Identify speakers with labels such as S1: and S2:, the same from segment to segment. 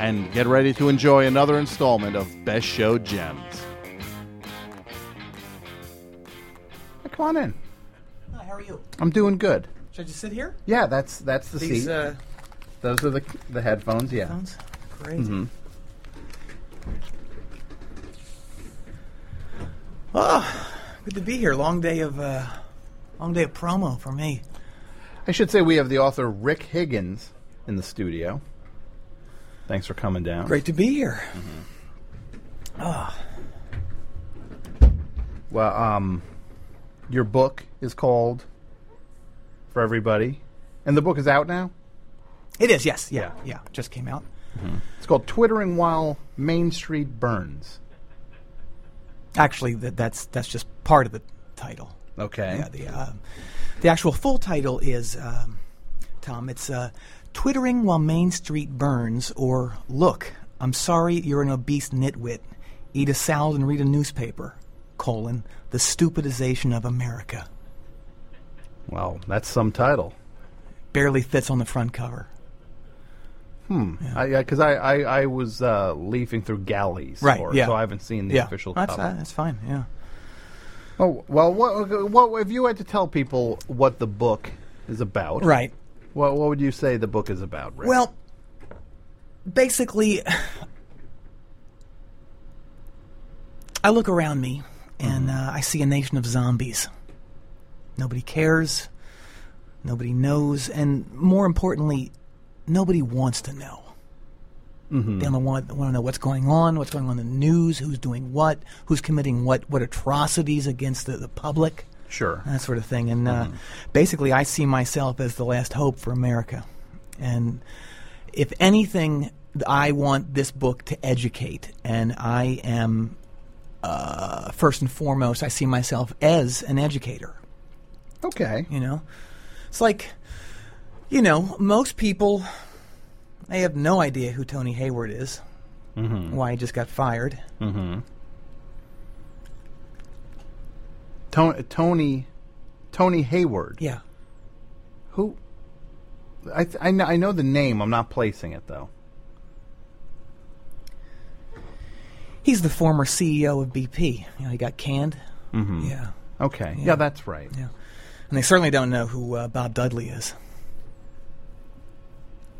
S1: and get ready to enjoy another installment of Best Show Gems. Hey, come on in.
S2: Hi, how are you?
S1: I'm doing good.
S2: Should I just sit here?
S1: Yeah, that's that's the
S2: These
S1: seat.
S2: uh,
S1: Those are the the headphones. Yeah.
S2: phones? Great. Oh, good to be here. Long day of uh, long day of promo for me.
S1: I should say we have the author Rick Higgins in the studio. Thanks for coming down.
S2: Great to be here.
S1: Well, um, your book is called For Everybody, and the book is out now.
S2: It is, yes, yeah,
S1: Yeah.
S2: yeah. Just came out.
S1: It's called Twittering While Main Street Burns.
S2: Actually, that, that's that's just part of the title.
S1: Okay.
S2: Yeah, the um the actual full title is um, Tom. It's uh, "Twittering While Main Street Burns" or "Look, I'm sorry, you're an obese nitwit. Eat a salad and read a newspaper." Colon the stupidization of America
S1: Well, that's some title.
S2: barely fits on the front cover.
S1: I yeah, because I, I I was uh, leafing through galleys,
S2: Right,
S1: for it,
S2: yeah.
S1: So I haven't seen the
S2: yeah,
S1: official
S2: that's
S1: cover.
S2: uh, that's fine. Yeah.
S1: Oh well, what what if you had to tell people what the book is about?
S2: Right.
S1: What what would you say the book is about? Rick?
S2: Well, basically, I look around me and uh, I see a nation of zombies. Nobody cares, nobody knows, and more importantly, nobody wants to know. They don't want, want to know what's going on, what's going on in the news, who's doing what, who's committing what, what atrocities against the, the public,
S1: sure.
S2: that sort of thing. And uh, basically, I see myself as the last hope for America. And if anything, I want this book to educate, and I am uh, first and foremost. I see myself as an educator.
S1: Okay.
S2: You know, it's like, you know, most people they have no idea who Tony Hayward is, why he just got fired.
S1: Tony Tony Tony Hayward.
S2: Yeah,
S1: Who? I th- I, know, I know the name. I'm not placing it though.
S2: he's the former CEO of BP. You know, he got canned. Mm-hmm. Yeah,
S1: Okay. Yeah, that's right.
S2: yeah, and they certainly don't know who uh, Bob Dudley is.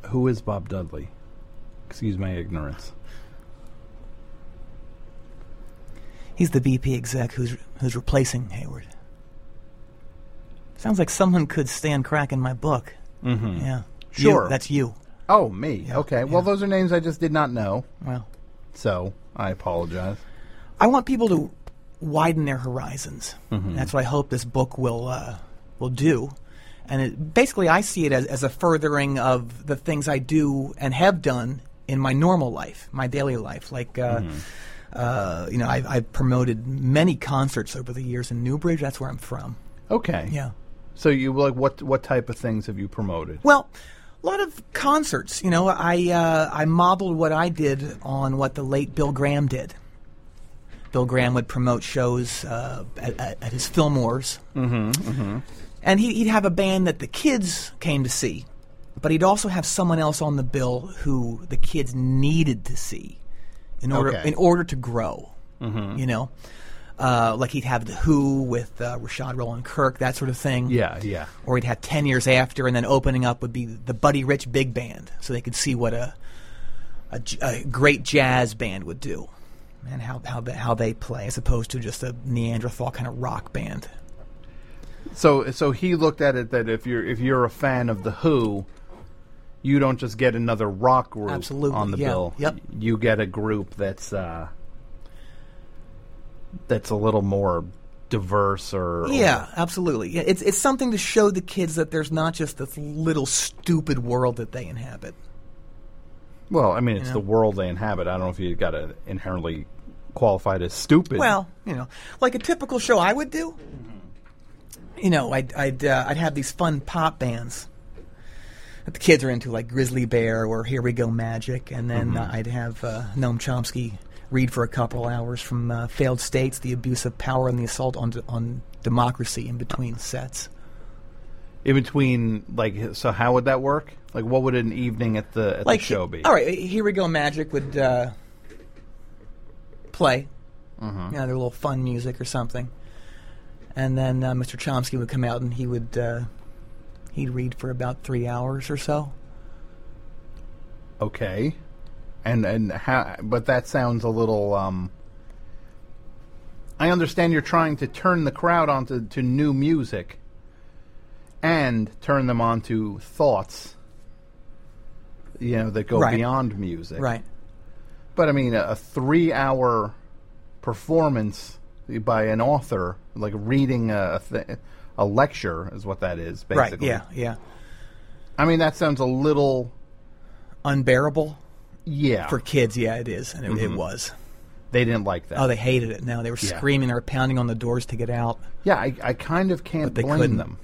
S1: Who is Bob Dudley? Excuse my ignorance.
S2: He's the BP exec who's who's replacing Hayward. Sounds like someone could stand crack in my book. Mm-hmm. Yeah, You,
S1: Sure.
S2: that's you.
S1: Oh, me. okay. Well, those are names I just did not know,
S2: Well,
S1: so I apologize.
S2: I want people to widen their horizons. That's what I hope this book will uh, will do. And it, basically, I see it as, as a furthering of the things I do and have done in my normal life, my daily life. Like, uh, uh, you know, I've, I've promoted many concerts over the years in Newbridge. That's where I'm from.
S1: Okay.
S2: Yeah.
S1: So you like what what type of things have you promoted?
S2: Well, a lot of concerts. You know, I uh, I modeled what I did on what the late Bill Graham did. Bill Graham would promote shows uh, at, at, at his Fillmore's, mm-hmm, and he, he'd have a band that the kids came to see, but he'd also have someone else on the bill who the kids needed to see in order
S1: Okay.
S2: in order to grow. Mm-hmm. You know. Uh, like he'd have the Who with uh, Rashad Roland Kirk, that sort of thing
S1: Yeah, yeah.
S2: or he'd have 10 years after and then opening up would be the buddy rich big band so they could see what a, a, j- a great jazz band would do and how, how, they, how they play as opposed to just a neanderthal kind of rock band
S1: So so he looked at it that if you're if you're a fan of the Who, you don't just get another rock group
S2: Absolutely,
S1: on the
S2: yeah.
S1: bill.
S2: Yep.
S1: You get a group that's uh that's a little more diverse or or-
S2: yeah absolutely Yeah, it's, it's something to show the kids that there's not just this little stupid world that they inhabit
S1: Well, I mean, it's the world they inhabit. I don't know if you got to inherently qualified as stupid.
S2: Well, you know, like a typical show I would do. You know, I'd I'd uh, I'd have these fun pop bands that the kids are into, like Grizzly Bear or Here We Go Magic, and then uh, I'd have uh, Noam Chomsky read for a couple hours from uh, Failed States: The Abuse of Power and the Assault on D- on Democracy in between sets.
S1: in between, like, so how would that work? Like, what would an evening at the at
S2: Like
S1: the show be?
S2: All right, Here We Go Magic would uh, play.
S1: Uh-huh.
S2: You know, their little fun music or something. And then uh, Mr. Chomsky would come out and he would uh, he'd read for about three hours or so.
S1: Okay. And and how? But that sounds a little. um I understand you're trying to turn the crowd onto to new music, and turn them onto thoughts. You know that go
S2: Right.
S1: beyond music,
S2: Right.
S1: But I mean, a, a three-hour performance by an author, like reading a th- a lecture, is what that is basically.
S2: Right. Yeah. Yeah.
S1: I mean, that sounds a little.
S2: Unbearable
S1: Yeah.
S2: for kids. Yeah, it is, and it, it was.
S1: they didn't like that.
S2: Oh, they hated it. Now they were
S1: Mm-hmm. Yeah.
S2: screaming. They were pounding on the doors to get out.
S1: Yeah, I, I kind of can't
S2: But they
S1: blame
S2: couldn't.
S1: them.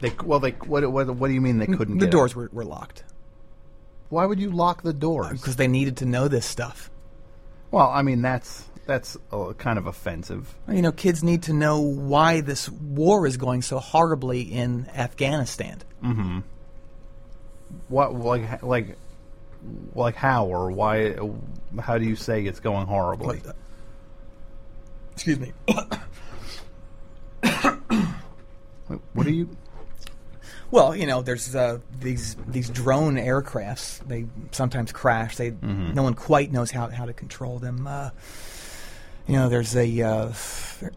S1: They well, they what, what what do you mean they couldn't?
S2: the
S1: get
S2: doors
S1: out?
S2: were, were locked
S1: Why would you lock the doors?
S2: because they needed to know this stuff.
S1: well, I mean that's that's uh, kind of offensive.
S2: You know, kids need to know why this war is going so horribly in Afghanistan.
S1: What like h- like like how or why? How do you say it's going horribly?
S2: Excuse me.
S1: Wait, What are you?
S2: Well, you know, there's uh, these these drone aircrafts. They sometimes crash. They no one quite knows how, how to control them. Uh, you know, there's a uh,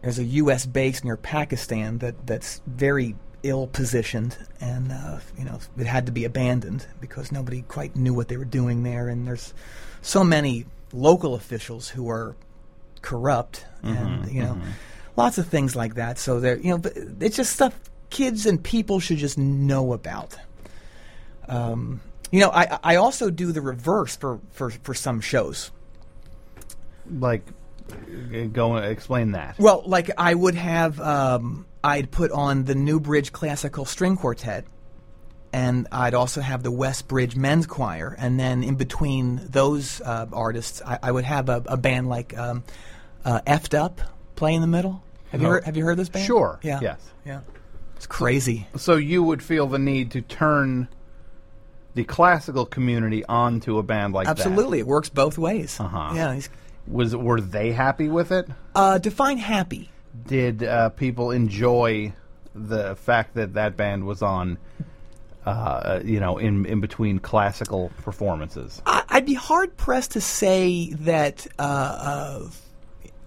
S2: there's a U.S. base near Pakistan that that's very ill positioned, and uh, you know it had to be abandoned because nobody quite knew what they were doing there. And there's so many local officials who are corrupt, and you know, lots of things like that. So there, you know, but it's just stuff kids and people should just know about. Um, you know, I I also do the reverse for for for some shows.
S1: Like uh, go explain that.
S2: Well, like I would have, um, I'd put on the Newbridge Classical String Quartet, and I'd also have the Westbridge Men's Choir, and then in between those uh, artists, I, I would have a, a band like um, uh, Effed Up play in the middle. Have you
S1: No.
S2: heard, have you heard this band?
S1: Sure,
S2: Yeah.
S1: yes.
S2: Yeah. It's crazy.
S1: So you would feel the need to turn the classical community onto a band like
S2: Absolutely, it works both ways.
S1: Uh-huh.
S2: Yeah. he's-
S1: that. Was were they happy with it?
S2: Uh, define happy.
S1: did uh, people enjoy the fact that that band was on uh, you know in in between classical performances
S2: I- I'd be hard pressed to say that uh, uh,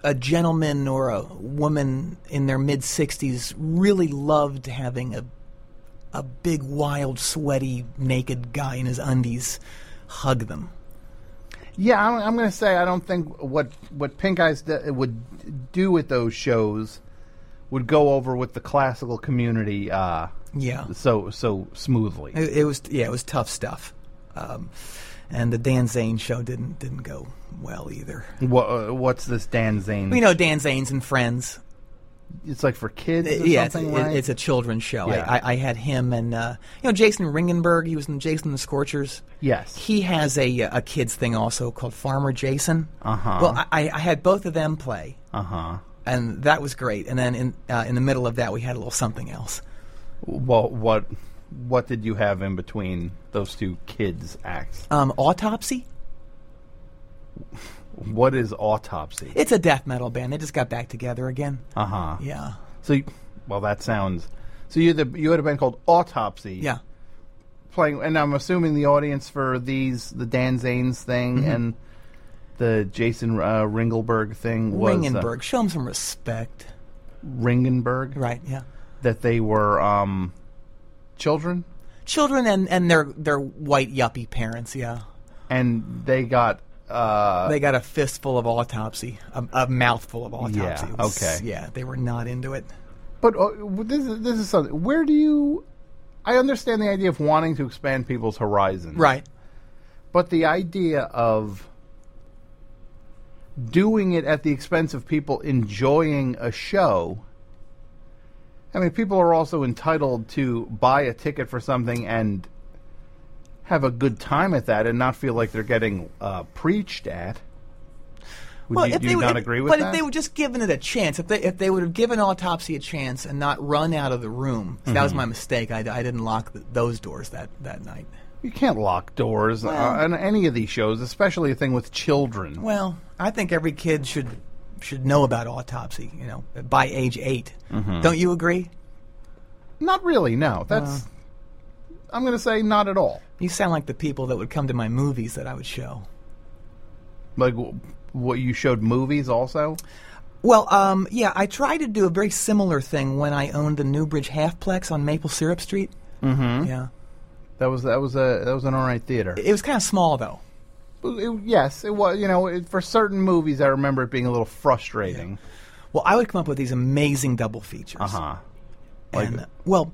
S2: a gentleman or a woman in their mid 60s really loved having a a big, wild, sweaty, naked guy in his undies hug them.
S1: yeah i'm, I'm going to say i don't think what what pink eyes d- would do at those shows would go over with the classical community uh,
S2: Yeah,
S1: so so smoothly
S2: it, it was yeah, it was tough stuff. Um, and the Dan Zane show didn't didn't go well either.
S1: what, uh, what's this dan zane
S2: You know, Dan Zane's and Friends. Uh,
S1: it's like for kids or
S2: yeah, it's,
S1: something
S2: it-
S1: right?
S2: it's a children's show.
S1: Yeah.
S2: I, I, I had him and uh, you know Jason Ringenberg. He was in Jason and the Scorchers.
S1: yes
S2: He has a a kids thing also called Farmer Jason. Uh huh. Well, I- I, I had both of them play,
S1: uh-huh
S2: and that was great. And then in uh, in the middle of that, we had a little something else.
S1: well what what did you have in between those two kids acts
S2: Um, Autopsy.
S1: What is autopsy?
S2: It's a death metal band. They just got back together again.
S1: Uh huh.
S2: Yeah.
S1: So, you, well, that sounds. So you had the, you had a band called Autopsy.
S2: Yeah.
S1: Playing, and I'm assuming the audience for these the Dan Zanes thing
S2: Mm-hmm.
S1: and the Jason uh, Ringelberg thing was uh,
S2: Ringenberg. Show him some respect.
S1: Ringenberg.
S2: Right. Yeah.
S1: That they were um, children,
S2: Children and, and their their white yuppie parents. Yeah.
S1: and they got. Uh,
S2: They got a fistful of autopsy, a, a mouthful of autopsy.
S1: Yeah,
S2: It was-
S1: okay.
S2: Yeah, they were not into it.
S1: but uh, this is this is something. Where do you? I understand the idea of wanting to expand people's horizons,
S2: Right.
S1: But the idea of doing it at the expense of people enjoying a show. I mean, people are also entitled to buy a ticket for something and have a good time at that and not feel like they're getting uh, preached at. Would you, do you
S2: would-
S1: not
S2: if-
S1: agree with
S2: but
S1: that?
S2: if they were just given it a chance, if they if they would have given Autopsy a chance and not run out of the room, that
S1: Mm-hmm.
S2: was my mistake. I, I didn't lock th those doors that that night.
S1: you can't lock doors uh, on any of these shows, especially a thing with children.
S2: Well, I think every kid should should know about Autopsy. You know, by age 8
S1: Mm-hmm.
S2: do don't you agree?
S1: Not really. No, that's.
S2: Uh.
S1: I'm going to say not at all.
S2: You sound like the people that would come to my movies that I would show.
S1: Like w- what you showed movies also.
S2: Well, um, yeah, I tried to do a very similar thing when I owned the Newbridge Halfplex on Maple Syrup Street. Mm-hmm. Yeah,
S1: That was that was a that was an alright theater.
S2: it was kind of small though.
S1: Well, it- yes, it was. You know, it, for certain movies, I remember it being a little frustrating.
S2: Well, I would come up with these amazing double features.
S1: Uh huh.
S2: and uh, well,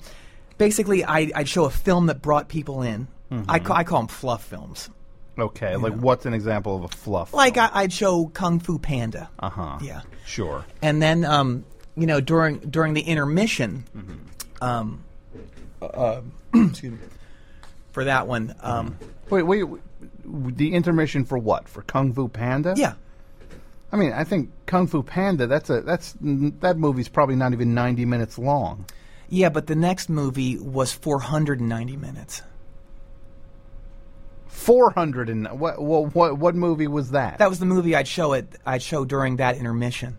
S2: basically, I, I'd show a film that brought people in. I, ca- I call them fluff films.
S1: Okay, like what's an example of a fluff?
S2: Like I, I'd show Kung Fu Panda.
S1: Uh huh.
S2: Yeah,
S1: Sure.
S2: and then um, you know during during the intermission, um, uh, excuse me, for that one, um,
S1: Wait, wait, wait. The intermission for what? For Kung Fu Panda?
S2: yeah.
S1: I mean, I think Kung Fu Panda. That's a that's that movie's probably not even ninety minutes long.
S2: Yeah, but the next movie was 490 minutes.
S1: Four hundred and what, what what what movie was that?
S2: That was the movie I'd show it. I'd show during that intermission.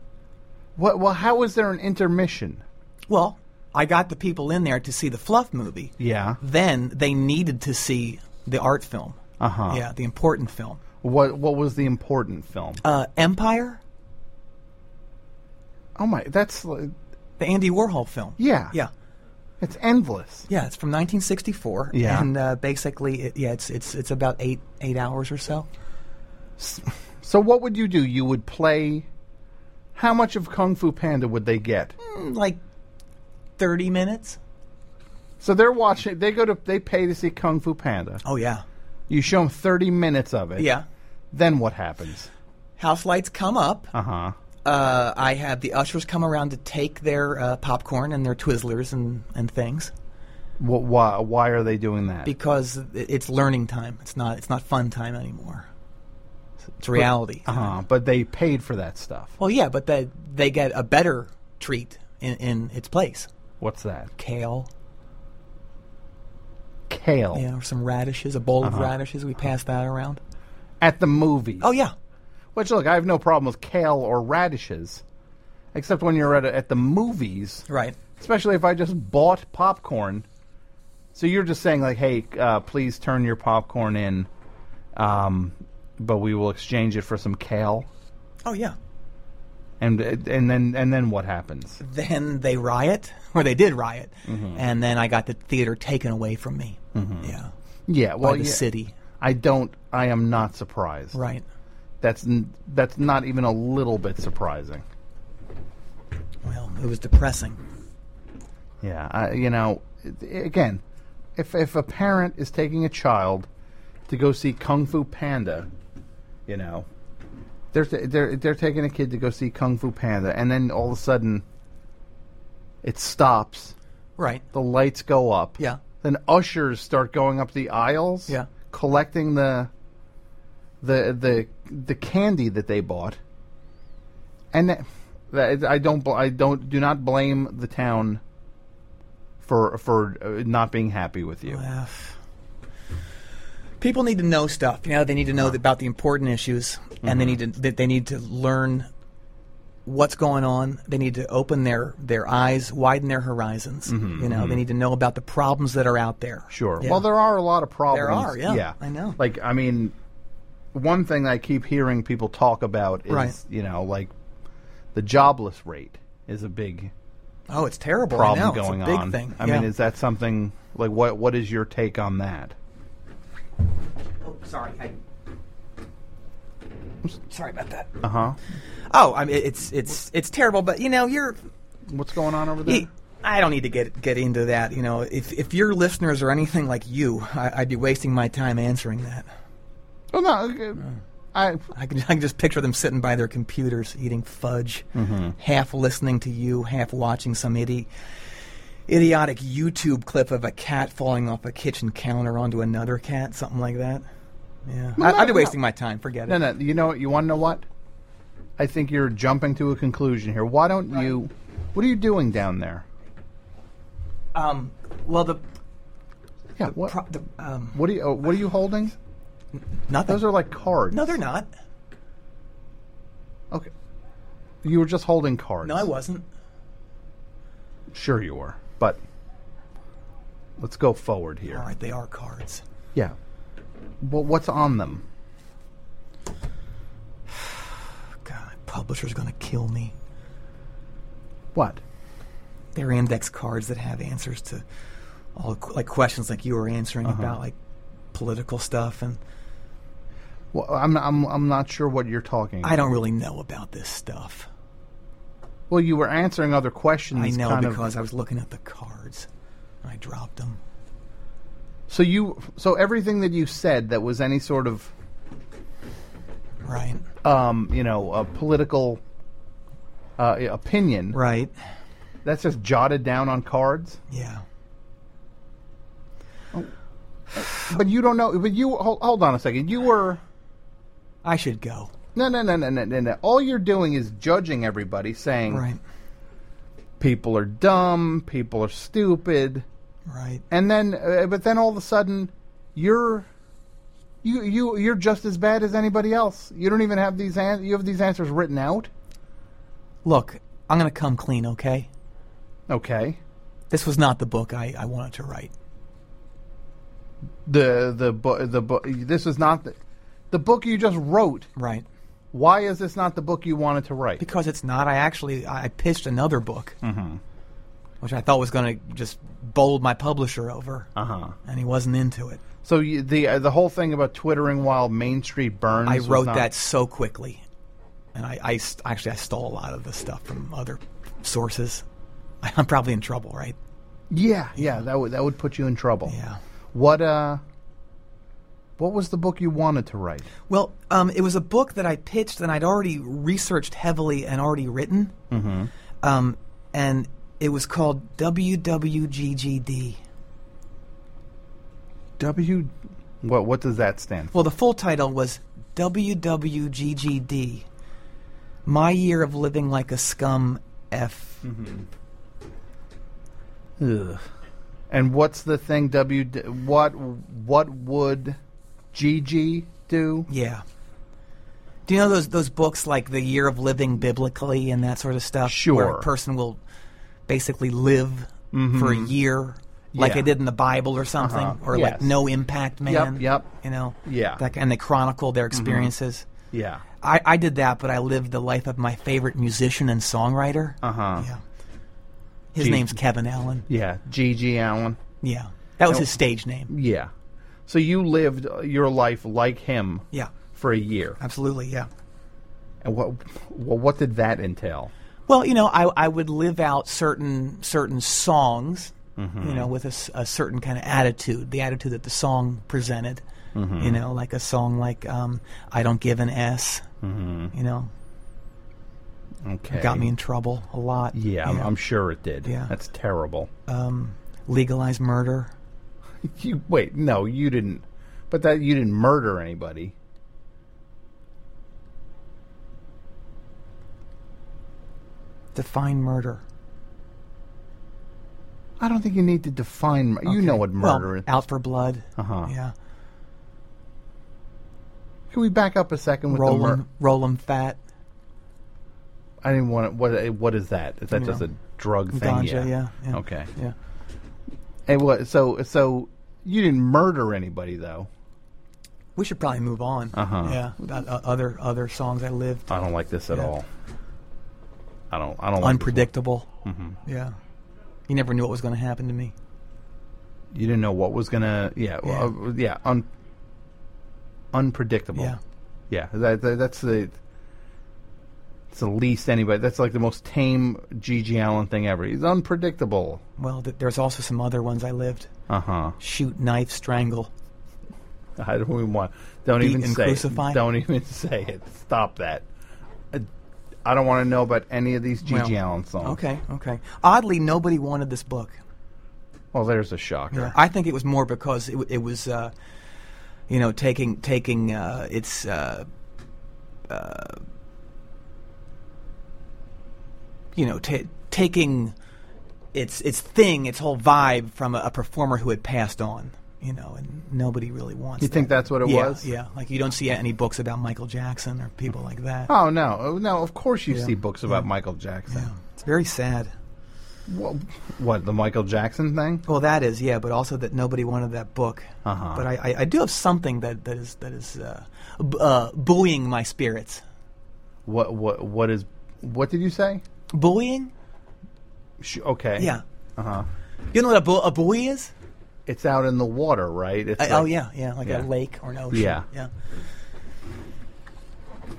S1: what, well, how was there an intermission?
S2: Well, I got the people in there to see the fluff movie.
S1: Yeah.
S2: Then they needed to see the art film.
S1: Uh huh.
S2: Yeah, the important film.
S1: What what was the important film?
S2: Uh, Empire,
S1: oh my, that's li-
S2: the Andy Warhol film.
S1: yeah
S2: Yeah.
S1: It's endless.
S2: Yeah, it's from 1964.
S1: Yeah.
S2: And uh, basically, it, yeah, it's it's it's about eight eight hours or so.
S1: So what would you do? You would play. How much of Kung Fu Panda would they get?
S2: Mm, Like 30 minutes.
S1: So they're watching. They go to. They pay to see Kung Fu Panda.
S2: Oh yeah.
S1: You show them thirty minutes of it.
S2: Yeah.
S1: Then what happens?
S2: House lights come up.
S1: Uh huh.
S2: uh, I have the ushers come around to take their uh, popcorn and their Twizzlers and, and things
S1: What? Why? Why are they doing that?
S2: because i- it's learning time. It's not it's not fun time anymore. It's reality.
S1: uh huh. But they paid for that stuff.
S2: Well, yeah, but they they get a better treat in, in its place.
S1: What's that?
S2: Kale,
S1: Kale
S2: you know, or some radishes, a bowl of radishes. We pass that around.
S1: at the movies.
S2: Oh yeah,
S1: Which look, I have no problem with kale or radishes, except when you're at a, at the movies.
S2: right.
S1: especially if I just bought popcorn. So you're just saying like, hey, uh, please turn your popcorn in, um, but we will exchange it for some kale,
S2: Oh yeah.
S1: and and then and then what happens?
S2: Then they riot, or they did riot, and then I got the theater taken away from me. Yeah,
S1: Yeah,
S2: by
S1: well,
S2: the
S1: yeah,
S2: city.
S1: I don't. I am not surprised.
S2: Right.
S1: That's n- that's not even a little bit surprising.
S2: Well, it was depressing.
S1: Yeah, I, you know, it- again, if if a parent is taking a child to go see Kung Fu Panda, you know, they're t- they're they're taking a kid to go see Kung Fu Panda, and then all of a sudden, it stops.
S2: Right.
S1: The lights go up.
S2: Yeah.
S1: Then ushers start going up the aisles.
S2: Yeah.
S1: Collecting the the the the candy that they bought. And that, that I don't bl- I don't do not blame the town for for uh, not being happy with you.
S2: Uh, people need to know stuff. You know, they need to know about the important issues, and they need
S1: Mm-hmm.
S2: to that they need to learn what's going on. They need to open their their eyes, widen their horizons. you know, they need to know about the problems that are out there.
S1: Mm-hmm, Sure.
S2: Yeah.
S1: Well, there are a lot of problems.
S2: are, yeah. I know.
S1: Like I mean, one thing I keep hearing people talk about is
S2: Right.
S1: you know like the jobless rate is a big
S2: oh, it's terrible. I
S1: problem
S2: know.
S1: going
S2: it's a big
S1: on.
S2: Thing.
S1: I
S2: Yeah.
S1: mean, is that something like what? What is your take on that?
S2: oh, sorry. I, sorry about that.
S1: Uh huh.
S2: Oh, I mean, it's it's it's terrible. But you know, you're
S1: What's going on over there?
S2: Y- I don't need to get get into that. You know, if if your listeners are anything like you, I, I'd be wasting my time answering that.
S1: Oh no, okay. I
S2: I can, I can just picture them sitting by their computers eating fudge,
S1: Mm-hmm.
S2: half listening to you, half watching some idi- idiotic YouTube clip of a cat falling off a kitchen counter onto another cat, something like that. Yeah. I, I'd be
S1: no.
S2: wasting my time. Forget
S1: no
S2: it.
S1: no. You know what? You want to know what? I think you're jumping to a conclusion here. Why don't you? What are you doing down there?
S2: Um, well, the,
S1: Yeah. What?
S2: pro- the um,
S1: what are you? oh, What are you holding?
S2: nothing.
S1: Those are like cards.
S2: no, they're not.
S1: Okay. You were just holding cards.
S2: No, I wasn't.
S1: Sure, you were. But let's go forward here.
S2: All right, they are cards.
S1: Yeah. Well, what's on them?
S2: God, publisher's gonna kill me.
S1: What?
S2: They're index cards that have answers to all qu- like questions like you were answering
S1: Uh-huh.
S2: about like political stuff and
S1: Well, I'm I'm I'm not sure what you're talking.
S2: I don't really know about this stuff.
S1: Well, you were answering other questions.
S2: I know
S1: kind of-
S2: because I was looking at the cards. I dropped them.
S1: so you so everything that you said that was any sort of
S2: Right.
S1: um you know a political uh, opinion
S2: Right.
S1: that's just jotted down on cards.
S2: Yeah.
S1: But you don't know. But you hold, hold on a second. You were
S2: I should go.
S1: no no no no no no. no. All you're doing is judging everybody, saying
S2: Right.
S1: people are dumb, people are stupid.
S2: Right.
S1: and then uh, but then all of a sudden you're you you you're just as bad as anybody else you don't even have these an- you have these answers written out
S2: Look, I'm going to come clean, okay?
S1: okay
S2: This was not the book I, I wanted to write.
S1: the the bu- the bu- this is not the, the book you just wrote
S2: Right.
S1: why is this not the book you wanted to write
S2: Because it's not. I actually I I pitched another book,
S1: Mm-hmm.
S2: which I thought was going to just bold my publisher over,
S1: uh-huh
S2: and he wasn't into it.
S1: so you, the uh, the whole thing about twittering while main street burns
S2: I
S1: was
S2: wrote
S1: not-
S2: that so quickly, and I, I st- actually I stole a lot of the stuff from other sources. I'm probably in trouble, right?
S1: yeah yeah that would that would put you in trouble
S2: Yeah.
S1: what uh what was the book you wanted to write
S2: Well, um, it was a book that I pitched and I'd already researched heavily and already written, mm-hmm. um, and it was called WWGGD.
S1: W. What what does that stand for?
S2: Well, the full title was WWGGD, My Year of Living Like a Scum F.
S1: Ugh. And what's the thing W? d- What what would GG do?
S2: Yeah. Do you know those those books like The Year of Living Biblically and that sort of stuff? Where
S1: Sure.
S2: a person will basically live for a year
S1: Mm-hmm.
S2: like
S1: Yeah.
S2: they did in the Bible or something.
S1: Uh-huh.
S2: Or like
S1: Yes.
S2: No Impact Man.
S1: yep.
S2: You know?
S1: Yeah. Mm-hmm.
S2: Like, and they chronicle their experiences.
S1: Yeah.
S2: I, I did that, but I lived the life of my favorite musician and songwriter.
S1: Uh huh.
S2: Yeah. His
S1: Gee.
S2: name's Kevin Allen.
S1: Yeah. GG Allen.
S2: Yeah. That was his stage name.
S1: Yeah. So you lived uh, your life like him
S2: Yeah.
S1: for a year.
S2: Absolutely, yeah.
S1: And what well, what did that entail?
S2: Well, you know, I, I would live out certain certain songs,
S1: Mm-hmm.
S2: you know, with a, s- a certain kind of attitude, the attitude that the song presented,
S1: Mm-hmm.
S2: you know, like a song like um, "I Don't Give an S,"
S1: Mm-hmm.
S2: you know,
S1: Okay.
S2: got me in trouble a lot.
S1: Yeah, I'm, I'm sure it did.
S2: Yeah.
S1: That's terrible.
S2: legalize murder.
S1: you wait. No, you didn't. But that you didn't murder anybody.
S2: Define murder.
S1: I don't think you need to define. mur- You know what murder
S2: Well,
S1: is.
S2: out for blood.
S1: Uh-huh.
S2: Yeah,
S1: Can we back up a second with
S2: roll
S1: the mur-
S2: them, roll them fat.
S1: I didn't want to, what. eh, What is that? Is that
S2: You
S1: just
S2: know,
S1: a drug thing?
S2: ganja, yeah, yeah.
S1: Okay.
S2: Yeah,
S1: And what? So, so you didn't murder anybody though.
S2: we should probably move on.
S1: Uh-huh.
S2: Yeah, about uh, other other songs I lived.
S1: I don't like this at
S2: Yeah.
S1: all. I don't. I don't. Like this one.
S2: unpredictable. Yeah, you never knew what was going to happen to me.
S1: You didn't know what was gonna. Yeah. Yeah.
S2: Yeah.
S1: Uh, yeah un, unpredictable.
S2: Yeah.
S1: Yeah. That, that that's the. It's the least anybody. That's like the most tame Gigi Allen thing ever. He's unpredictable.
S2: Well, th- there's also some other ones I lived.
S1: Uh huh.
S2: Shoot, knife, strangle.
S1: I don't even want. Don't
S2: Beat
S1: even
S2: and
S1: say.
S2: crucified?
S1: It. Don't even say it. Stop that. I, I don't want to know about any of these Gigi
S2: Well,
S1: Allen songs.
S2: Okay, okay. Oddly, nobody wanted this book.
S1: Well, there's a shocker.
S2: I think it was more because it, w- it was, uh, you know, taking taking uh, its uh, uh, you know ta taking its its thing, its whole vibe from a, a performer who had passed on. You know, and nobody really wants.
S1: You think that's what it
S2: yeah,
S1: was?
S2: Yeah, like you don't see any books about Michael Jackson or people like that.
S1: Oh no, Oh, no. Of course you see books about Michael Jackson.
S2: It's very sad.
S1: Wha- what the Michael Jackson thing?
S2: Well, that is yeah, but also that nobody wanted that book.
S1: Uh-huh.
S2: But I, I, I do have something that that is that is uh, b- uh, buoying my spirits.
S1: What what what is? What did you say?
S2: Buoying?
S1: Sh- okay.
S2: Yeah.
S1: Uh huh.
S2: You know what a, bu- a buoy is?
S1: It's out in the water, right? It's
S2: Uh, oh
S1: like-
S2: yeah, yeah, like
S1: Yeah.
S2: a lake or an ocean.
S1: Yeah.
S2: Yeah.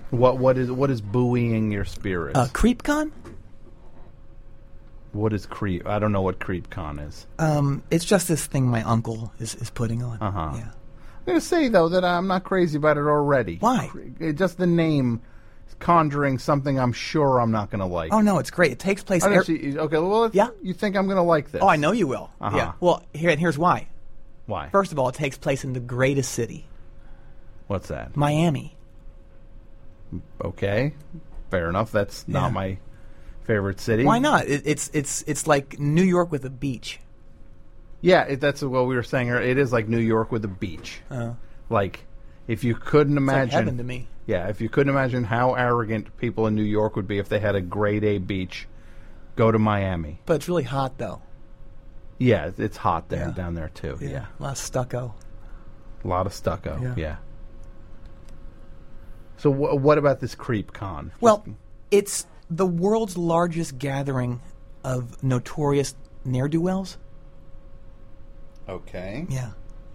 S1: What what is what is buoying your spirits?
S2: Uh, CreepCon?
S1: what is creep? I don't know what creep con is.
S2: Um, it's just this thing my uncle is, is putting on.
S1: Uh-huh.
S2: Yeah.
S1: I'm gonna say though that I'm not crazy about it already.
S2: Why?
S1: It- Just the name is conjuring something I'm sure I'm not gonna like.
S2: Oh no, it's great. It takes place.
S1: I don't
S2: ev-
S1: see- okay, well, if
S2: Yeah.
S1: you think I'm gonna like this?
S2: oh, I know you will.
S1: Uh-huh.
S2: Yeah. Well, here and here's why.
S1: Why?
S2: First of all, it takes place in the greatest city,
S1: What's that?
S2: Miami.
S1: Okay, fair enough. That's
S2: Yeah.
S1: not my favorite city.
S2: Why not? It, it's it's it's like New York with a beach.
S1: Yeah, it, that's what we were saying. earlier. It is like New York with a beach. Like, if you couldn't imagine,
S2: Uh, Like heaven to me.
S1: yeah, if you couldn't imagine how arrogant people in New York would be if they had a grade A beach, go to Miami.
S2: But it's really hot though.
S1: Yeah, it's- it's hot there
S2: Yeah.
S1: down there too. Yeah.
S2: A lot of stucco.
S1: a lot of stucco. Yeah.
S2: Yeah.
S1: So wh- what about this creep con?
S2: Well, it's the world's largest gathering of notorious ne'er do wells.
S1: okay.
S2: Yeah.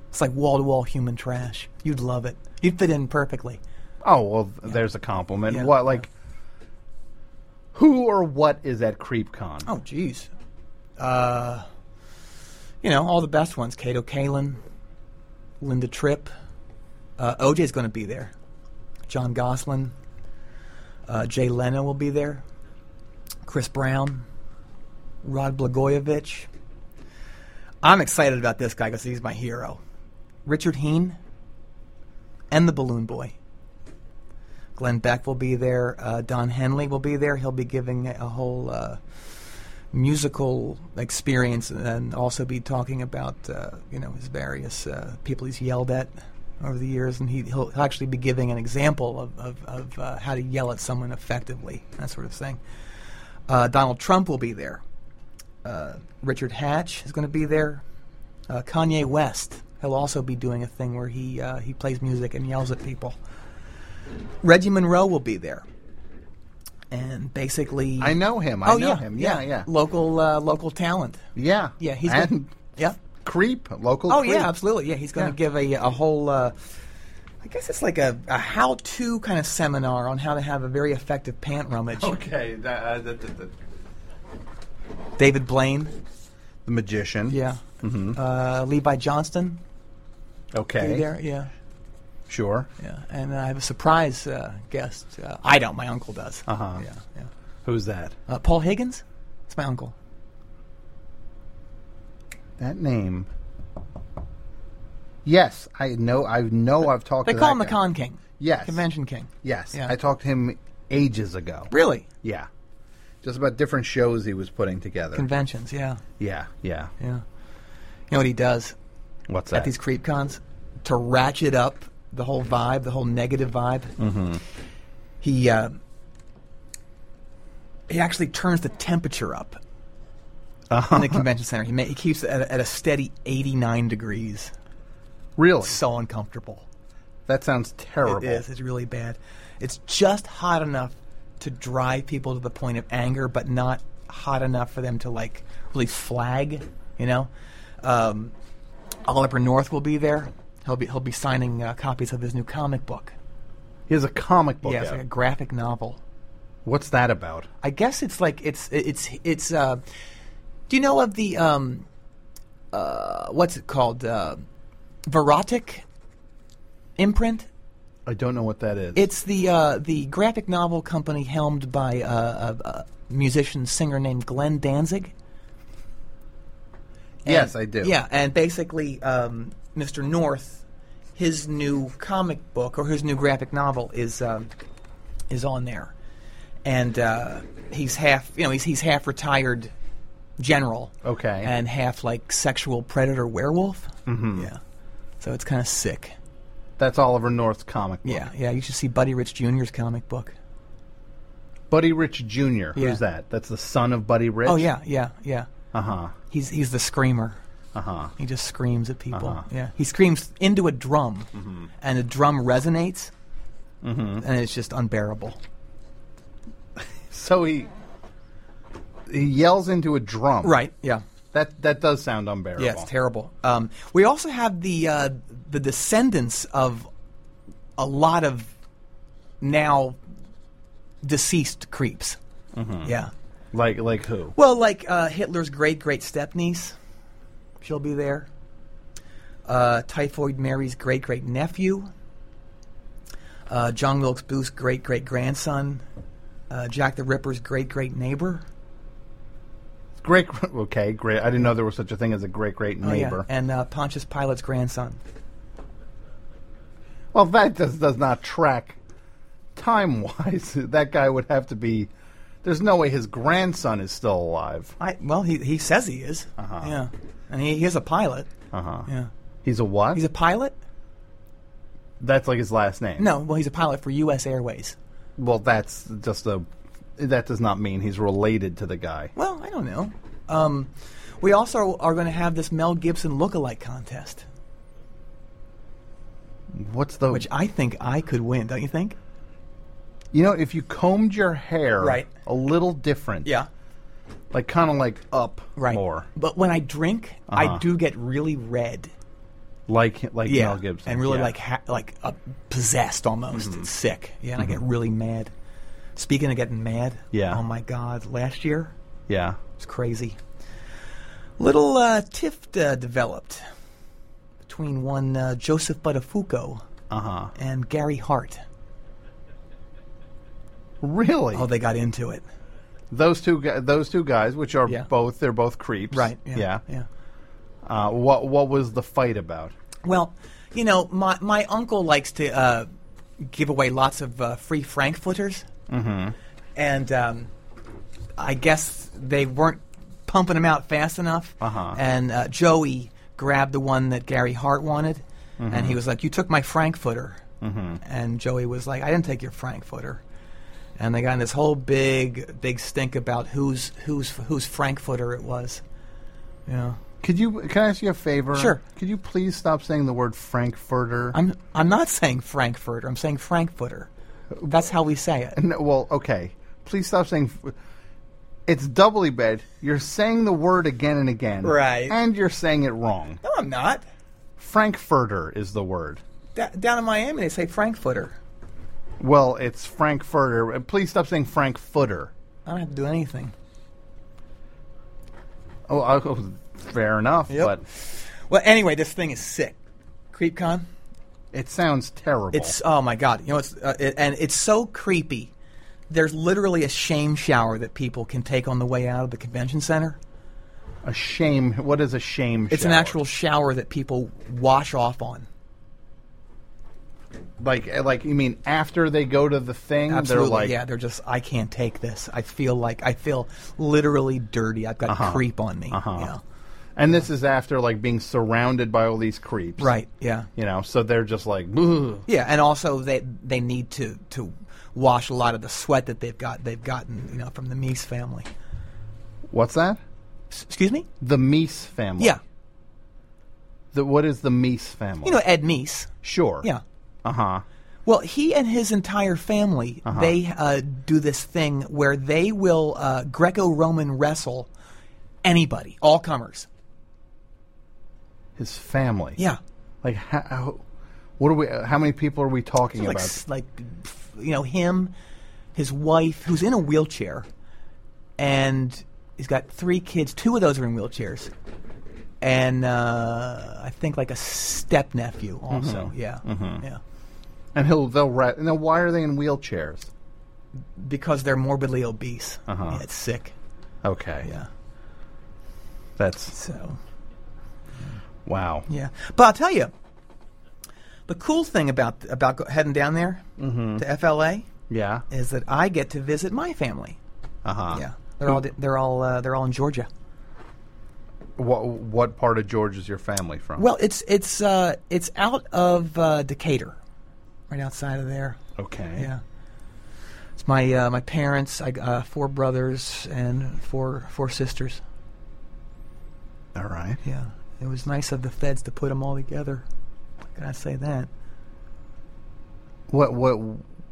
S2: It's like wall to wall human trash. You'd love it. You'd fit in perfectly.
S1: Oh well, th- there's a compliment.
S2: Yeah.
S1: What like? Who or what is at creep con?
S2: Oh, jeez. Uh, you know, all the best ones Cato Kalin, Linda Tripp. Uh, OJ's going to be there. John Goslin. Uh, Jay Leno will be there. Chris Brown. Rod Blagojevich. I'm excited about this guy because he's my hero. Richard Heen and the Balloon Boy. Glenn Beck will be there. Uh, Don Henley will be there. He'll be giving a whole uh, musical experience and also be talking about uh, you know his various uh, people he's yelled at over the years, and he, he'll actually be giving an example of of, of uh, how to yell at someone effectively, that sort of thing. Uh, Donald Trump will be there. Uh, Richard Hatch is going to be there. Uh, Kanye West. He'll also be doing a thing where he uh, he plays music and yells at people. Reggie Monroe will be there, and basically,
S1: I know him. I
S2: oh
S1: know
S2: yeah,
S1: him. Yeah, yeah,
S2: Local uh, local talent.
S1: yeah.
S2: Yeah, he's
S1: and
S2: gonna, yeah.
S1: creep local.
S2: Oh
S1: creep.
S2: yeah, absolutely. Yeah, he's going
S1: Yeah.
S2: to give a a whole. Uh, I guess it's like a, a how-to kind of seminar on how to have a very effective pant rummage.
S1: Okay, that, uh, that, that, that.
S2: David Blaine,
S1: the magician.
S2: yeah. Mm-hmm. Uh, Levi Johnston,
S1: Okay.
S2: you there? Yeah,
S1: Sure.
S2: yeah. And I have a surprise uh, guest. Uh, I don't. My uncle does.
S1: Uh-huh.
S2: Yeah, yeah.
S1: Who's that?
S2: Uh, Paul Higgins. It's my uncle.
S1: That name. Yes, I know. I know. I've talked.
S2: They
S1: to
S2: call
S1: that
S2: him the
S1: guy.
S2: Con King.
S1: Yes.
S2: Convention King.
S1: Yes,
S2: Yeah.
S1: I talked to him ages ago.
S2: Really?
S1: Yeah, just about different shows he was putting together.
S2: Conventions. Yeah.
S1: yeah, yeah.
S2: Yeah. You know what he does
S1: What's
S2: at
S1: that?
S2: these creep cons to ratchet up the whole vibe, the whole negative vibe? Mm-hmm. He uh, he actually turns the temperature up in the convention center. He, ma- he keeps it at, a- at a steady 89 degrees.
S1: really?
S2: So uncomfortable.
S1: That sounds terrible.
S2: It is. It's really bad. It's just hot enough to drive people to the point of anger, but not hot enough for them to like really flag. You know, um, Oliver North will be there. He'll be he'll be signing uh, copies of his new comic book.
S1: He has a comic book.
S2: Yeah, it's
S1: out.
S2: like a graphic novel.
S1: What's that about?
S2: I guess it's like it's it's it's. Uh, do you know of the um, uh, what's it called? Uh, Verotic Imprint.
S1: I don't know what that is.
S2: It's the uh, the graphic novel company helmed by uh, a, a musician singer named Glenn Danzig. And-
S1: yes, I do.
S2: Yeah, and basically, um, Mr. North, his new comic book or his new graphic novel is um, is on there, and uh, he's half you know he's he's half retired general,
S1: Okay.
S2: and half like sexual predator werewolf. Mm-hmm. Yeah, so it's kind of sick.
S1: That's Oliver North's comic book.
S2: Yeah, yeah, you should see Buddy Rich Jr.'s comic book.
S1: Buddy Rich Jr.
S2: Yeah.
S1: Who's that? That's the son of Buddy Rich.
S2: Oh yeah, yeah, yeah.
S1: Uh huh.
S2: He's he's the screamer.
S1: Uh huh.
S2: He just screams at people. Yeah, he screams into a drum, and the drum resonates, and it's just unbearable.
S1: So he he yells into a drum.
S2: Right? Yeah.
S1: That that does sound unbearable.
S2: Yeah, it's terrible. Um, we also have the uh, the descendants of a lot of now deceased creeps. Yeah.
S1: Like like who?
S2: Well, like uh, Hitler's great great stepniece, she'll be there. Uh, Typhoid Mary's great great nephew. Uh, John Wilkes Booth's great great grandson. Uh, Jack the Ripper's great great neighbor.
S1: Great. Okay. Great. I didn't know there was such a thing as a great great
S2: Oh, yeah.
S1: neighbor.
S2: And uh, Pontius Pilate's grandson.
S1: Well, that just does not track time wise. that guy would have to be. There's no way his grandson is still alive.
S2: I, well, he, he says he is. Yeah. And he, he is a pilot.
S1: Uh huh.
S2: Yeah.
S1: He's a what?
S2: Uh-huh. He's a pilot?
S1: that's like his last name.
S2: No, well, he's a pilot for U.S. Airways.
S1: Well, that's just a. That does not mean he's related to the guy.
S2: Well, I don't know. Um, we also are going to have this Mel Gibson lookalike contest.
S1: What's the?
S2: which I think I could win, don't you think?
S1: you know, if you combed your hair
S2: Right.
S1: a little different, like kind of like up
S2: right.
S1: more,
S2: But when I drink,
S1: Uh-huh.
S2: I do get really red.
S1: like like Mel Gibson,
S2: and really
S1: yeah.
S2: like ha- like uh, possessed almost.
S1: Mm-hmm.
S2: It's sick. Yeah, and I get really mad. Speaking of getting mad,
S1: Yeah.
S2: Oh my God! Last year
S1: yeah.
S2: it's crazy. Little uh, tiff uh, developed between one uh, Joseph Buttafuoco
S1: Uh huh.
S2: and Gary Hart.
S1: Really?
S2: Oh, they got into it.
S1: those two gu- those two guys, which are
S2: Yeah.
S1: both they're both creeps,
S2: Right.
S1: Yeah.
S2: Yeah.
S1: Uh, what what was the fight about?
S2: Well, you know, my my uncle likes to uh, give away lots of uh, free Frankfurters, mm-hmm. and um, I guess they weren't pumping them out fast enough.
S1: Uh-huh.
S2: And uh, Joey grabbed the one that Gary Hart wanted, and he was like, "You took my Frankfurter," mm-hmm. and Joey was like, "I didn't take your Frankfurter." And they got in this whole big, big stink about whose whose whose Frankfurter it was. Yeah,
S1: Could you can I ask you a favor?
S2: Sure.
S1: Could you please stop saying the word Frankfurter?
S2: I'm I'm not saying Frankfurter. I'm saying Frankfurter. That's how we say it.
S1: No, well, okay. Please stop saying. f- It's doubly bad. You're saying the word again and again.
S2: Right.
S1: And you're saying it wrong.
S2: No, I'm not.
S1: Frankfurter is the word.
S2: Da- down in Miami, they say Frankfurter.
S1: Well, it's Frankfurter. Uh, Please stop saying Frankfurter.
S2: I don't have to do anything.
S1: Oh, I- oh fair enough.
S2: Yep.
S1: But
S2: Well, anyway, this thing is sick. CreepCon.
S1: it sounds terrible.
S2: It's oh my god. You know, it's uh, it, and it's so creepy. There's literally a shame shower that people can take on the way out of the convention center.
S1: a shame. What is a shame?
S2: It's an
S1: shower?
S2: actual shower that people wash off on.
S1: like uh, like you mean after they go to the thing.
S2: Absolutely,
S1: They're like
S2: yeah. They're just, I can't take this. I feel like I feel literally dirty. I've got
S1: Uh-huh.
S2: creep on me. Yeah.
S1: And this is after like being surrounded by all these creeps.
S2: Right. Yeah.
S1: You know, so they're just like, "Ugh."
S2: Yeah, and also they they need to to wash a lot of the sweat that they've got they've gotten you know from the Meese family.
S1: what's that?
S2: S- excuse me.
S1: The Meese family.
S2: Yeah,
S1: The, what is the Meese family?
S2: you know Ed Meese.
S1: sure.
S2: Yeah.
S1: Uh huh.
S2: Well, he and his entire family they uh, do this thing where they will uh, Greco-Roman wrestle anybody, all comers.
S1: His family.
S2: Yeah,
S1: Like how, how? What are we? How many people are we talking
S2: like
S1: about?
S2: s- like f- you know him, his wife who's in a wheelchair, and he's got three kids. Two of those are in wheelchairs,
S1: Mm-hmm.
S2: and uh, I think like a step nephew also. Yeah, yeah.
S1: And he'll they'll rat. Now, why are they in wheelchairs?
S2: because they're morbidly obese.
S1: Uh-huh.
S2: Yeah, it's sick.
S1: Okay,
S2: Yeah.
S1: that's
S2: So
S1: wow.
S2: yeah, but I'll tell you, the cool thing about about go- heading down there
S1: Mm-hmm.
S2: to FLA
S1: Yeah.
S2: is that I get to visit my family.
S1: Uh huh.
S2: Yeah, they're all they're all uh, they're all in Georgia.
S1: What what part of Georgia is your family from?
S2: Well, it's it's uh, it's out of uh, Decatur, right outside of there.
S1: okay.
S2: Yeah. It's my uh, my parents, I, g- uh, four brothers and four four sisters.
S1: All right.
S2: Yeah, it was nice of the feds to put them all together. Can I say that?
S1: What what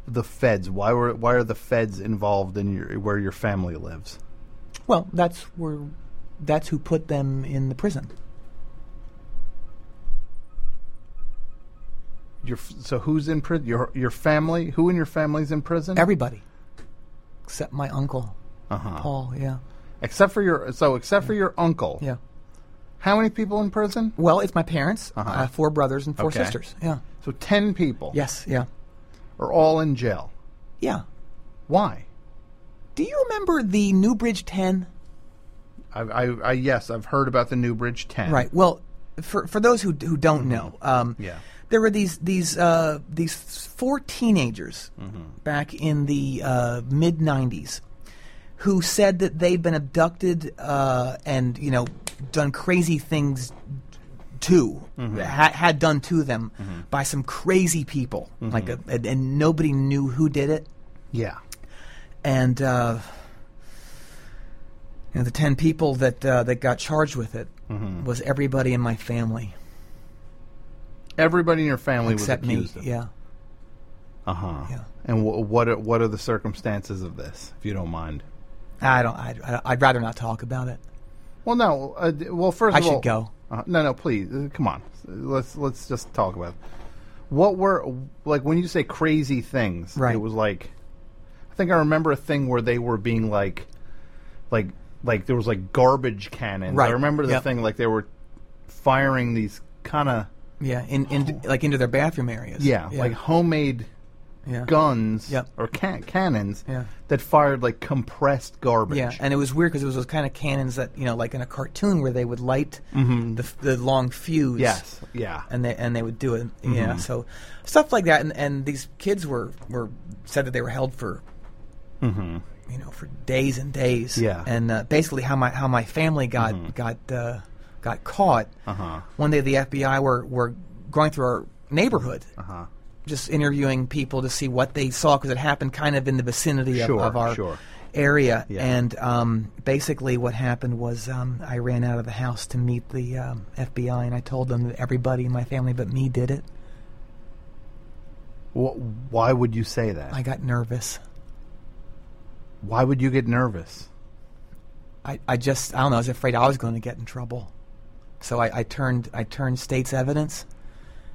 S1: the feds? Why were why are the feds involved in your where your family lives?
S2: Well, that's where that's who put them in the prison.
S1: Your f- so who's in prison? Your your family? Who in your family's in prison?
S2: Everybody, except my uncle
S1: uh-huh.
S2: Paul. Yeah,
S1: Except for your so except for your uncle.
S2: yeah.
S1: How many people in prison?
S2: Well, it's my parents, uh four brothers and four
S1: Uh-huh. Okay.
S2: sisters. Yeah.
S1: So ten people.
S2: Yes. Yeah.
S1: Are all in jail.
S2: Yeah.
S1: Why?
S2: Do you remember the Newbridge Ten?
S1: I, I, I yes, I've heard about the Newbridge Ten.
S2: Right. Well, for for those who who don't know, um,
S1: Yeah.
S2: there were these these uh, these four teenagers back in the uh, mid '90s who said that they'd been abducted uh, and you know done crazy things to ha- had done to them by some crazy people like a, and, and nobody knew who did it
S1: Yeah.
S2: and uh, you know, the ten people that uh, that got charged with it
S1: Mm-hmm.
S2: was everybody in my family
S1: Everybody in your family
S2: except
S1: was
S2: me.
S1: accused of.
S2: Yeah,
S1: Uh huh.
S2: Yeah.
S1: And wh- what are, what are the circumstances of this, if you don't mind?
S2: I don't. I'd, I'd- I'd rather not talk about it.
S1: Well, no. Uh, d- well, first
S2: I
S1: of all,
S2: should go.
S1: Uh, no, no, please, uh, come on. Let's let's just talk about it. what were like when you say crazy things.
S2: Right.
S1: It was like, I think I remember a thing where they were being like, like like there was like garbage cannons. I
S2: Right.
S1: remember the
S2: Yep.
S1: thing like they were firing these kind of
S2: Yeah, in, in like into their bathroom areas.
S1: yeah, like homemade
S2: yeah.
S1: guns
S2: Yep.
S1: or can- cannons
S2: Yeah.
S1: that fired like compressed garbage.
S2: Yeah, and it was weird because it was those kind of cannons that you know, like in a cartoon where they would light the, f- the long fuse.
S1: Mm-hmm. yes, yeah.
S2: and they and they would do it.
S1: Mm-hmm.
S2: Yeah, so stuff like that, and, and these kids were were said that they were held for, you know, for days and days.
S1: Mm-hmm. Yeah. Mm-hmm.
S2: and uh, basically how my how my family got got uh, got caught.
S1: Uh-huh.
S2: One day the FBI were were going through our neighborhood.
S1: Uh-huh.
S2: Just interviewing people to see what they saw because it happened kind of in the vicinity of,
S1: Sure,
S2: of our
S1: sure.
S2: area,
S1: Yeah.
S2: and um, basically what happened was um, I ran out of the house to meet the um, FBI, and I told them that everybody in my family but me did it.
S1: Wh- why would you say that?
S2: I got nervous.
S1: why would you get nervous?
S2: I, I just I don't know. I was afraid I was going to get in trouble, so I, I turned I turned state's evidence.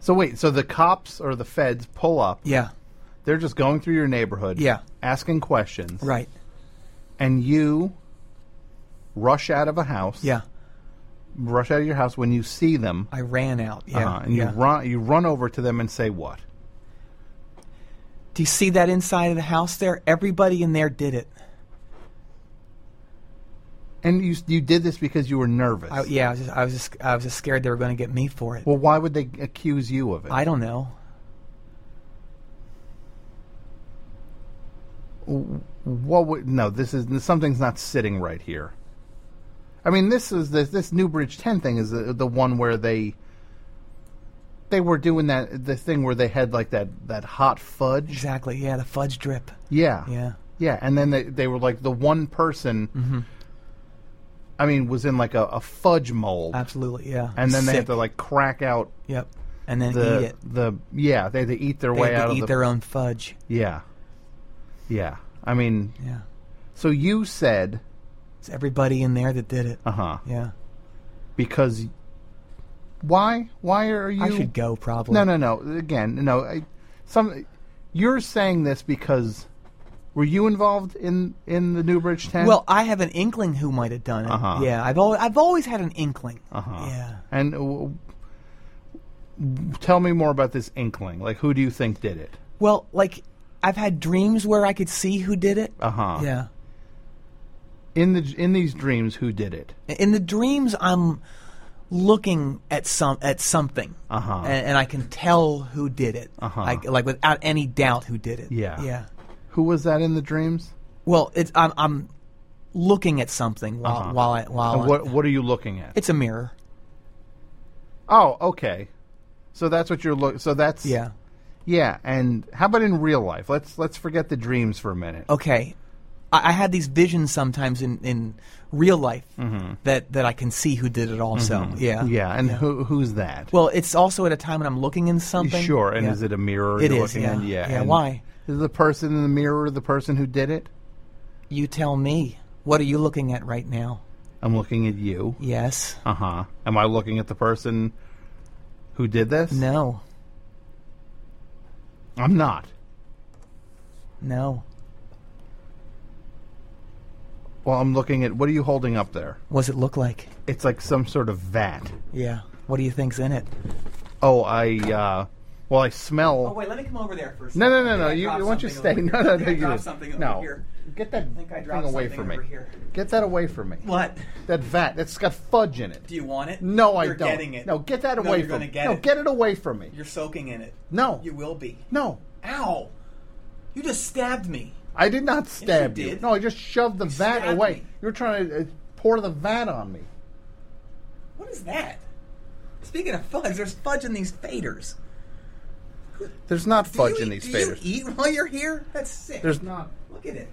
S1: So wait, so the cops or the feds pull up.
S2: Yeah,
S1: They're just going through your neighborhood.
S2: Yeah.
S1: Asking questions.
S2: right.
S1: And you rush out of a house.
S2: Yeah,
S1: Rush out of your house when you see them.
S2: I ran out. Yeah,
S1: Uh-huh, and
S2: yeah.
S1: you run you run over to them and say what?
S2: Do you see that inside of the house there? Everybody in there did it.
S1: And you you did this because you were nervous.
S2: I, Oh, yeah, I was just I was just I was just scared they were going to get me for it.
S1: Well, why would they accuse you of it?
S2: I don't know.
S1: what would no this is something's not sitting right here i mean this is this this newbridge 10 thing is the, the one where they they were doing that the thing where they had like that that hot fudge
S2: Exactly. Yeah, the fudge drip.
S1: yeah
S2: Yeah. Mm-hmm.
S1: yeah and then they, they were like the one person i mean was in like a, a fudge mold
S2: Absolutely, yeah.
S1: and then they
S2: Sick.
S1: had to like crack out
S2: yep, and then eat
S1: the
S2: it.
S1: the yeah they had to eat their
S2: They
S1: way
S2: have
S1: out
S2: to
S1: of
S2: eat
S1: the
S2: their own fudge.
S1: yeah yeah i mean
S2: Yeah,
S1: so you said
S2: it's everybody in there that did it.
S1: uh-huh
S2: Yeah,
S1: because why why are you
S2: I should go probably.
S1: no no no again no I, some you're saying this because were you involved in in the newbridge 10
S2: Well, I have an inkling who might have done it.
S1: Uh-huh.
S2: Yeah, I've always I've always had an inkling.
S1: Uh-huh.
S2: Yeah.
S1: and uh, w- tell me more about this inkling like who do you think did it
S2: Well, like I've had dreams where I could see who did it.
S1: Uh huh.
S2: Yeah.
S1: In the in these dreams, who did it?
S2: In the dreams, I'm looking at some at something, uh-huh. and, and I can tell who did it, uh-huh. I, like without any doubt who did it.
S1: Yeah.
S2: yeah.
S1: Who was that in the dreams?
S2: Well, it's I'm, I'm looking at something while
S1: Uh-huh.
S2: while I while
S1: And
S2: Oh, I-
S1: what what are you looking at?
S2: it's a mirror.
S1: oh, okay. So that's what you're look. So that's
S2: Yeah.
S1: yeah. And how about in real life? Let's let's forget the dreams for a minute.
S2: Okay. I, I had these visions sometimes in in real life that that I can see who did it also. Yeah.
S1: Mm-hmm. Yeah, and who who's that?
S2: Well, it's also at a time when I'm looking in something.
S1: sure. And
S2: Yeah.
S1: is it a mirror?
S2: It
S1: you're
S2: is,
S1: Looking
S2: yeah.
S1: In? Yeah.
S2: Yeah,
S1: and
S2: why?
S1: is the person in the mirror the person who did it?
S2: You tell me. What are you looking at right now?
S1: I'm looking at you.
S2: Yes.
S1: Uh huh. Am I looking at the person who did this?
S2: No.
S1: I'm not.
S2: No.
S1: Well, I'm looking at what are you holding up there?
S2: What's it look like?
S1: It's like some sort of vat.
S2: Yeah. What do you think's in it?
S1: Oh, I uh well, I smell.
S2: Oh, wait, let me come over there for a second.
S1: no, no, no, no. You, you want you stay? No, no, no. You no. Get that
S2: think I
S1: thing
S2: dropped
S1: away
S2: something
S1: from me.
S2: over here.
S1: Get that away from me.
S2: What?
S1: That vat. That's got fudge in it.
S2: Do you want it?
S1: no, I
S2: You're
S1: don't.
S2: getting it.
S1: No, get that
S2: No,
S1: away
S2: you're
S1: from
S2: gonna
S1: me.
S2: get
S1: no,
S2: it.
S1: get it away from me.
S2: You're soaking in it.
S1: no.
S2: You will be.
S1: No.
S2: Ow! You just stabbed me.
S1: I did not stab
S2: you
S1: you.
S2: did.
S1: No, I just shoved the vat
S2: stabbed
S1: away.
S2: me.
S1: You were trying to uh, pour the vat on me.
S2: What is that? Speaking of fudge, there's fudge in these faders.
S1: There's not
S2: Do
S1: fudge
S2: you
S1: in
S2: eat-
S1: these
S2: do you
S1: faders.
S2: eat while you're here? That's sick.
S1: There's not.
S2: Look at it.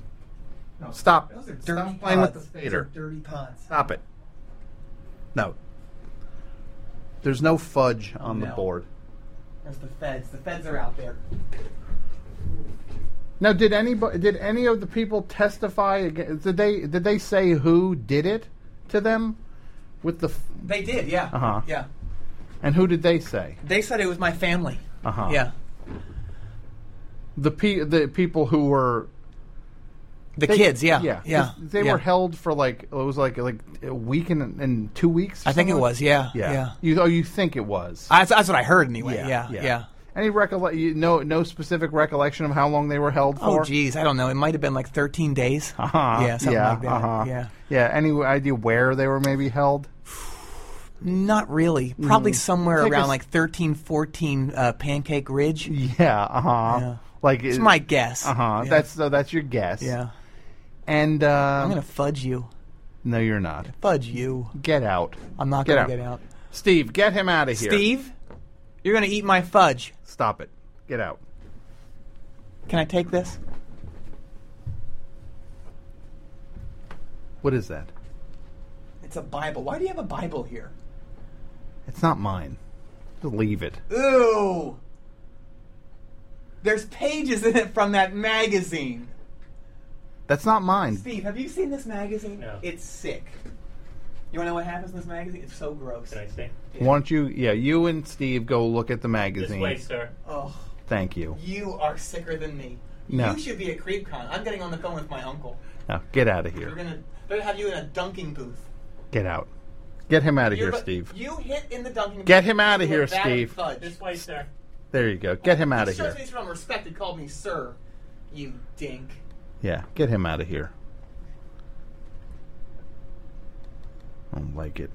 S1: No, stop. it.
S2: Those are dirty
S1: Stop playing with the
S2: pods.
S1: fader.
S2: Those are dirty pods.
S1: Stop it. No. There's no fudge on the
S2: no.
S1: board.
S2: There's the feds. The feds are out there.
S1: Now, did anybody, did any of the people testify? Against, did they, did they say who did it to them, with the, f-
S2: They did, yeah.
S1: Uh-huh.
S2: Yeah.
S1: and who did they say?
S2: They said it was my family.
S1: Uh-huh.
S2: Yeah.
S1: The pe- the people who were
S2: The
S1: they-
S2: kids, yeah.
S1: yeah,
S2: Yeah.
S1: They
S2: yeah.
S1: were held for like it was like like a week and, and two weeks. or
S2: I think it
S1: something?
S2: was, yeah.
S1: Yeah.
S2: Yeah.
S1: You oh, you think it was?
S2: I, that's what I heard anyway. Yeah. Yeah.
S1: Any recollect? You, no, no specific recollection of how long they were held
S2: Oh,
S1: for.
S2: geez. I don't know. It might have been like 13 days.
S1: Uh-huh.
S2: Yeah, something like that.
S1: uh-huh.
S2: Yeah.
S1: Yeah. Any idea where they were maybe held?
S2: Not really. Probably somewhere
S1: Mm. Take
S2: around
S1: us-
S2: like 13, 14 uh, Pancake Ridge.
S1: Yeah. Uh huh.
S2: Yeah.
S1: Like
S2: It's my guess.
S1: Uh huh.
S2: Yeah.
S1: That's so. That's your guess.
S2: Yeah.
S1: And uh,
S2: I'm going to fudge you.
S1: no, you're not.
S2: Fudge you.
S1: Get out.
S2: I'm not
S1: Get
S2: going
S1: out.
S2: to get out.
S1: Steve, get him out of here.
S2: Steve, you're going to eat my fudge.
S1: stop it. Get out.
S2: Can I take this?
S1: What is that?
S2: It's a Bible. Why do you have a Bible here?
S1: It's not mine. Just leave it.
S2: Ooh. There's pages in it from that magazine.
S1: That's not mine.
S2: Steve, have you seen this magazine?
S3: No.
S2: It's sick. You want to know what happens in this magazine? It's so gross.
S3: Can I stay?
S1: Why don't you? Yeah, you and Steve go look at the
S3: This
S1: magazine.
S3: way, sir.
S2: Oh,
S1: Thank you.
S2: you are sicker than me.
S1: No.
S2: You should be at CreepCon. I'm getting on the phone with my uncle.
S1: Now get out of
S2: We're
S1: here.
S2: gonna, they're gonna have you in a dunking booth.
S1: Get out. Get him out of
S2: You're
S1: here,
S2: bu-
S1: Steve.
S2: You hit in the dunking booth.
S1: Get him outta
S2: You
S1: here,
S2: were bad at
S1: Steve.
S2: fudge.
S3: This way, sir.
S1: There you go. Get him out of
S2: He shows
S1: here.
S2: me he's from respect and called me sir. You dink.
S1: Yeah, get him out of here. I don't like it.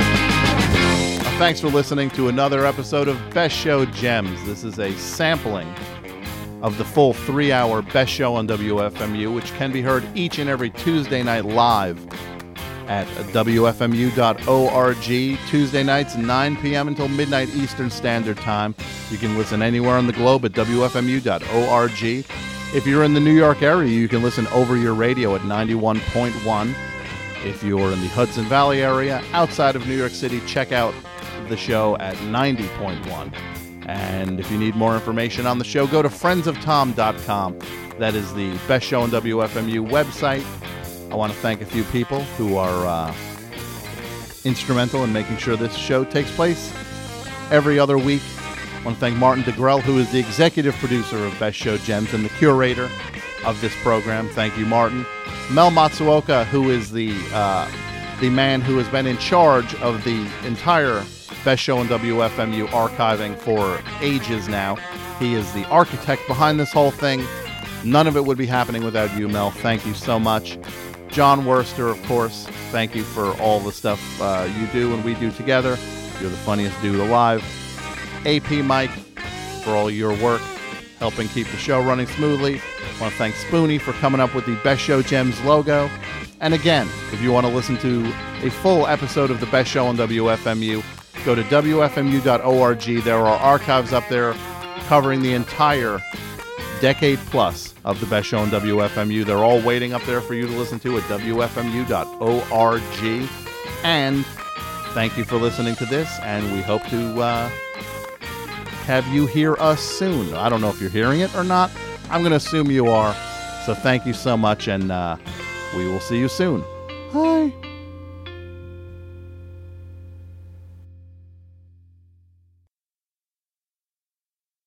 S4: Uh, Thanks for listening to another episode of Best Show Gems. This is a sampling of the full three hour Best Show on WFMU, which can be heard each and every Tuesday night live at WFMU.org, Tuesday nights, 9 p.m. until midnight Eastern Standard Time. You can listen anywhere on the globe at WFMU.org. If you're in the New York area, you can listen over your radio at 91.1. If you're in the Hudson Valley area outside of New York City, check out the show at 90.1. And if you need more information on the show, go to friendsoftom.com. That is the best show on WFMU website. I want to thank a few people who are uh, instrumental in making sure this show takes place every other week. I want to thank Martin DeGrell, who is the executive producer of Best Show Gems and the curator of this program. Thank you, Martin. Mel Matsuoka, who is the uh, the man who has been in charge of the entire Best Show on WFMU archiving for ages now. He is the architect behind this whole thing. None of it would be happening without you, Mel. Thank you so much. John Worster, of course, thank you for all the stuff uh, you do and we do together. You're the funniest dude alive. AP Mike, for all your work helping keep the show running smoothly. I want to thank Spoonie for coming up with the Best Show Gems logo. And again, if you want to listen to a full episode of the Best Show on WFMU, go to WFMU.org. There are archives up there covering the entire decade plus of the best show on WFMU. They're all waiting up there for you to listen to at WFMU.org. And thank you for listening to this, and we hope to uh, have you hear us soon. I don't know if you're hearing it or not. I'm going to assume you are. So thank you so much, and uh, we will see you soon. Bye.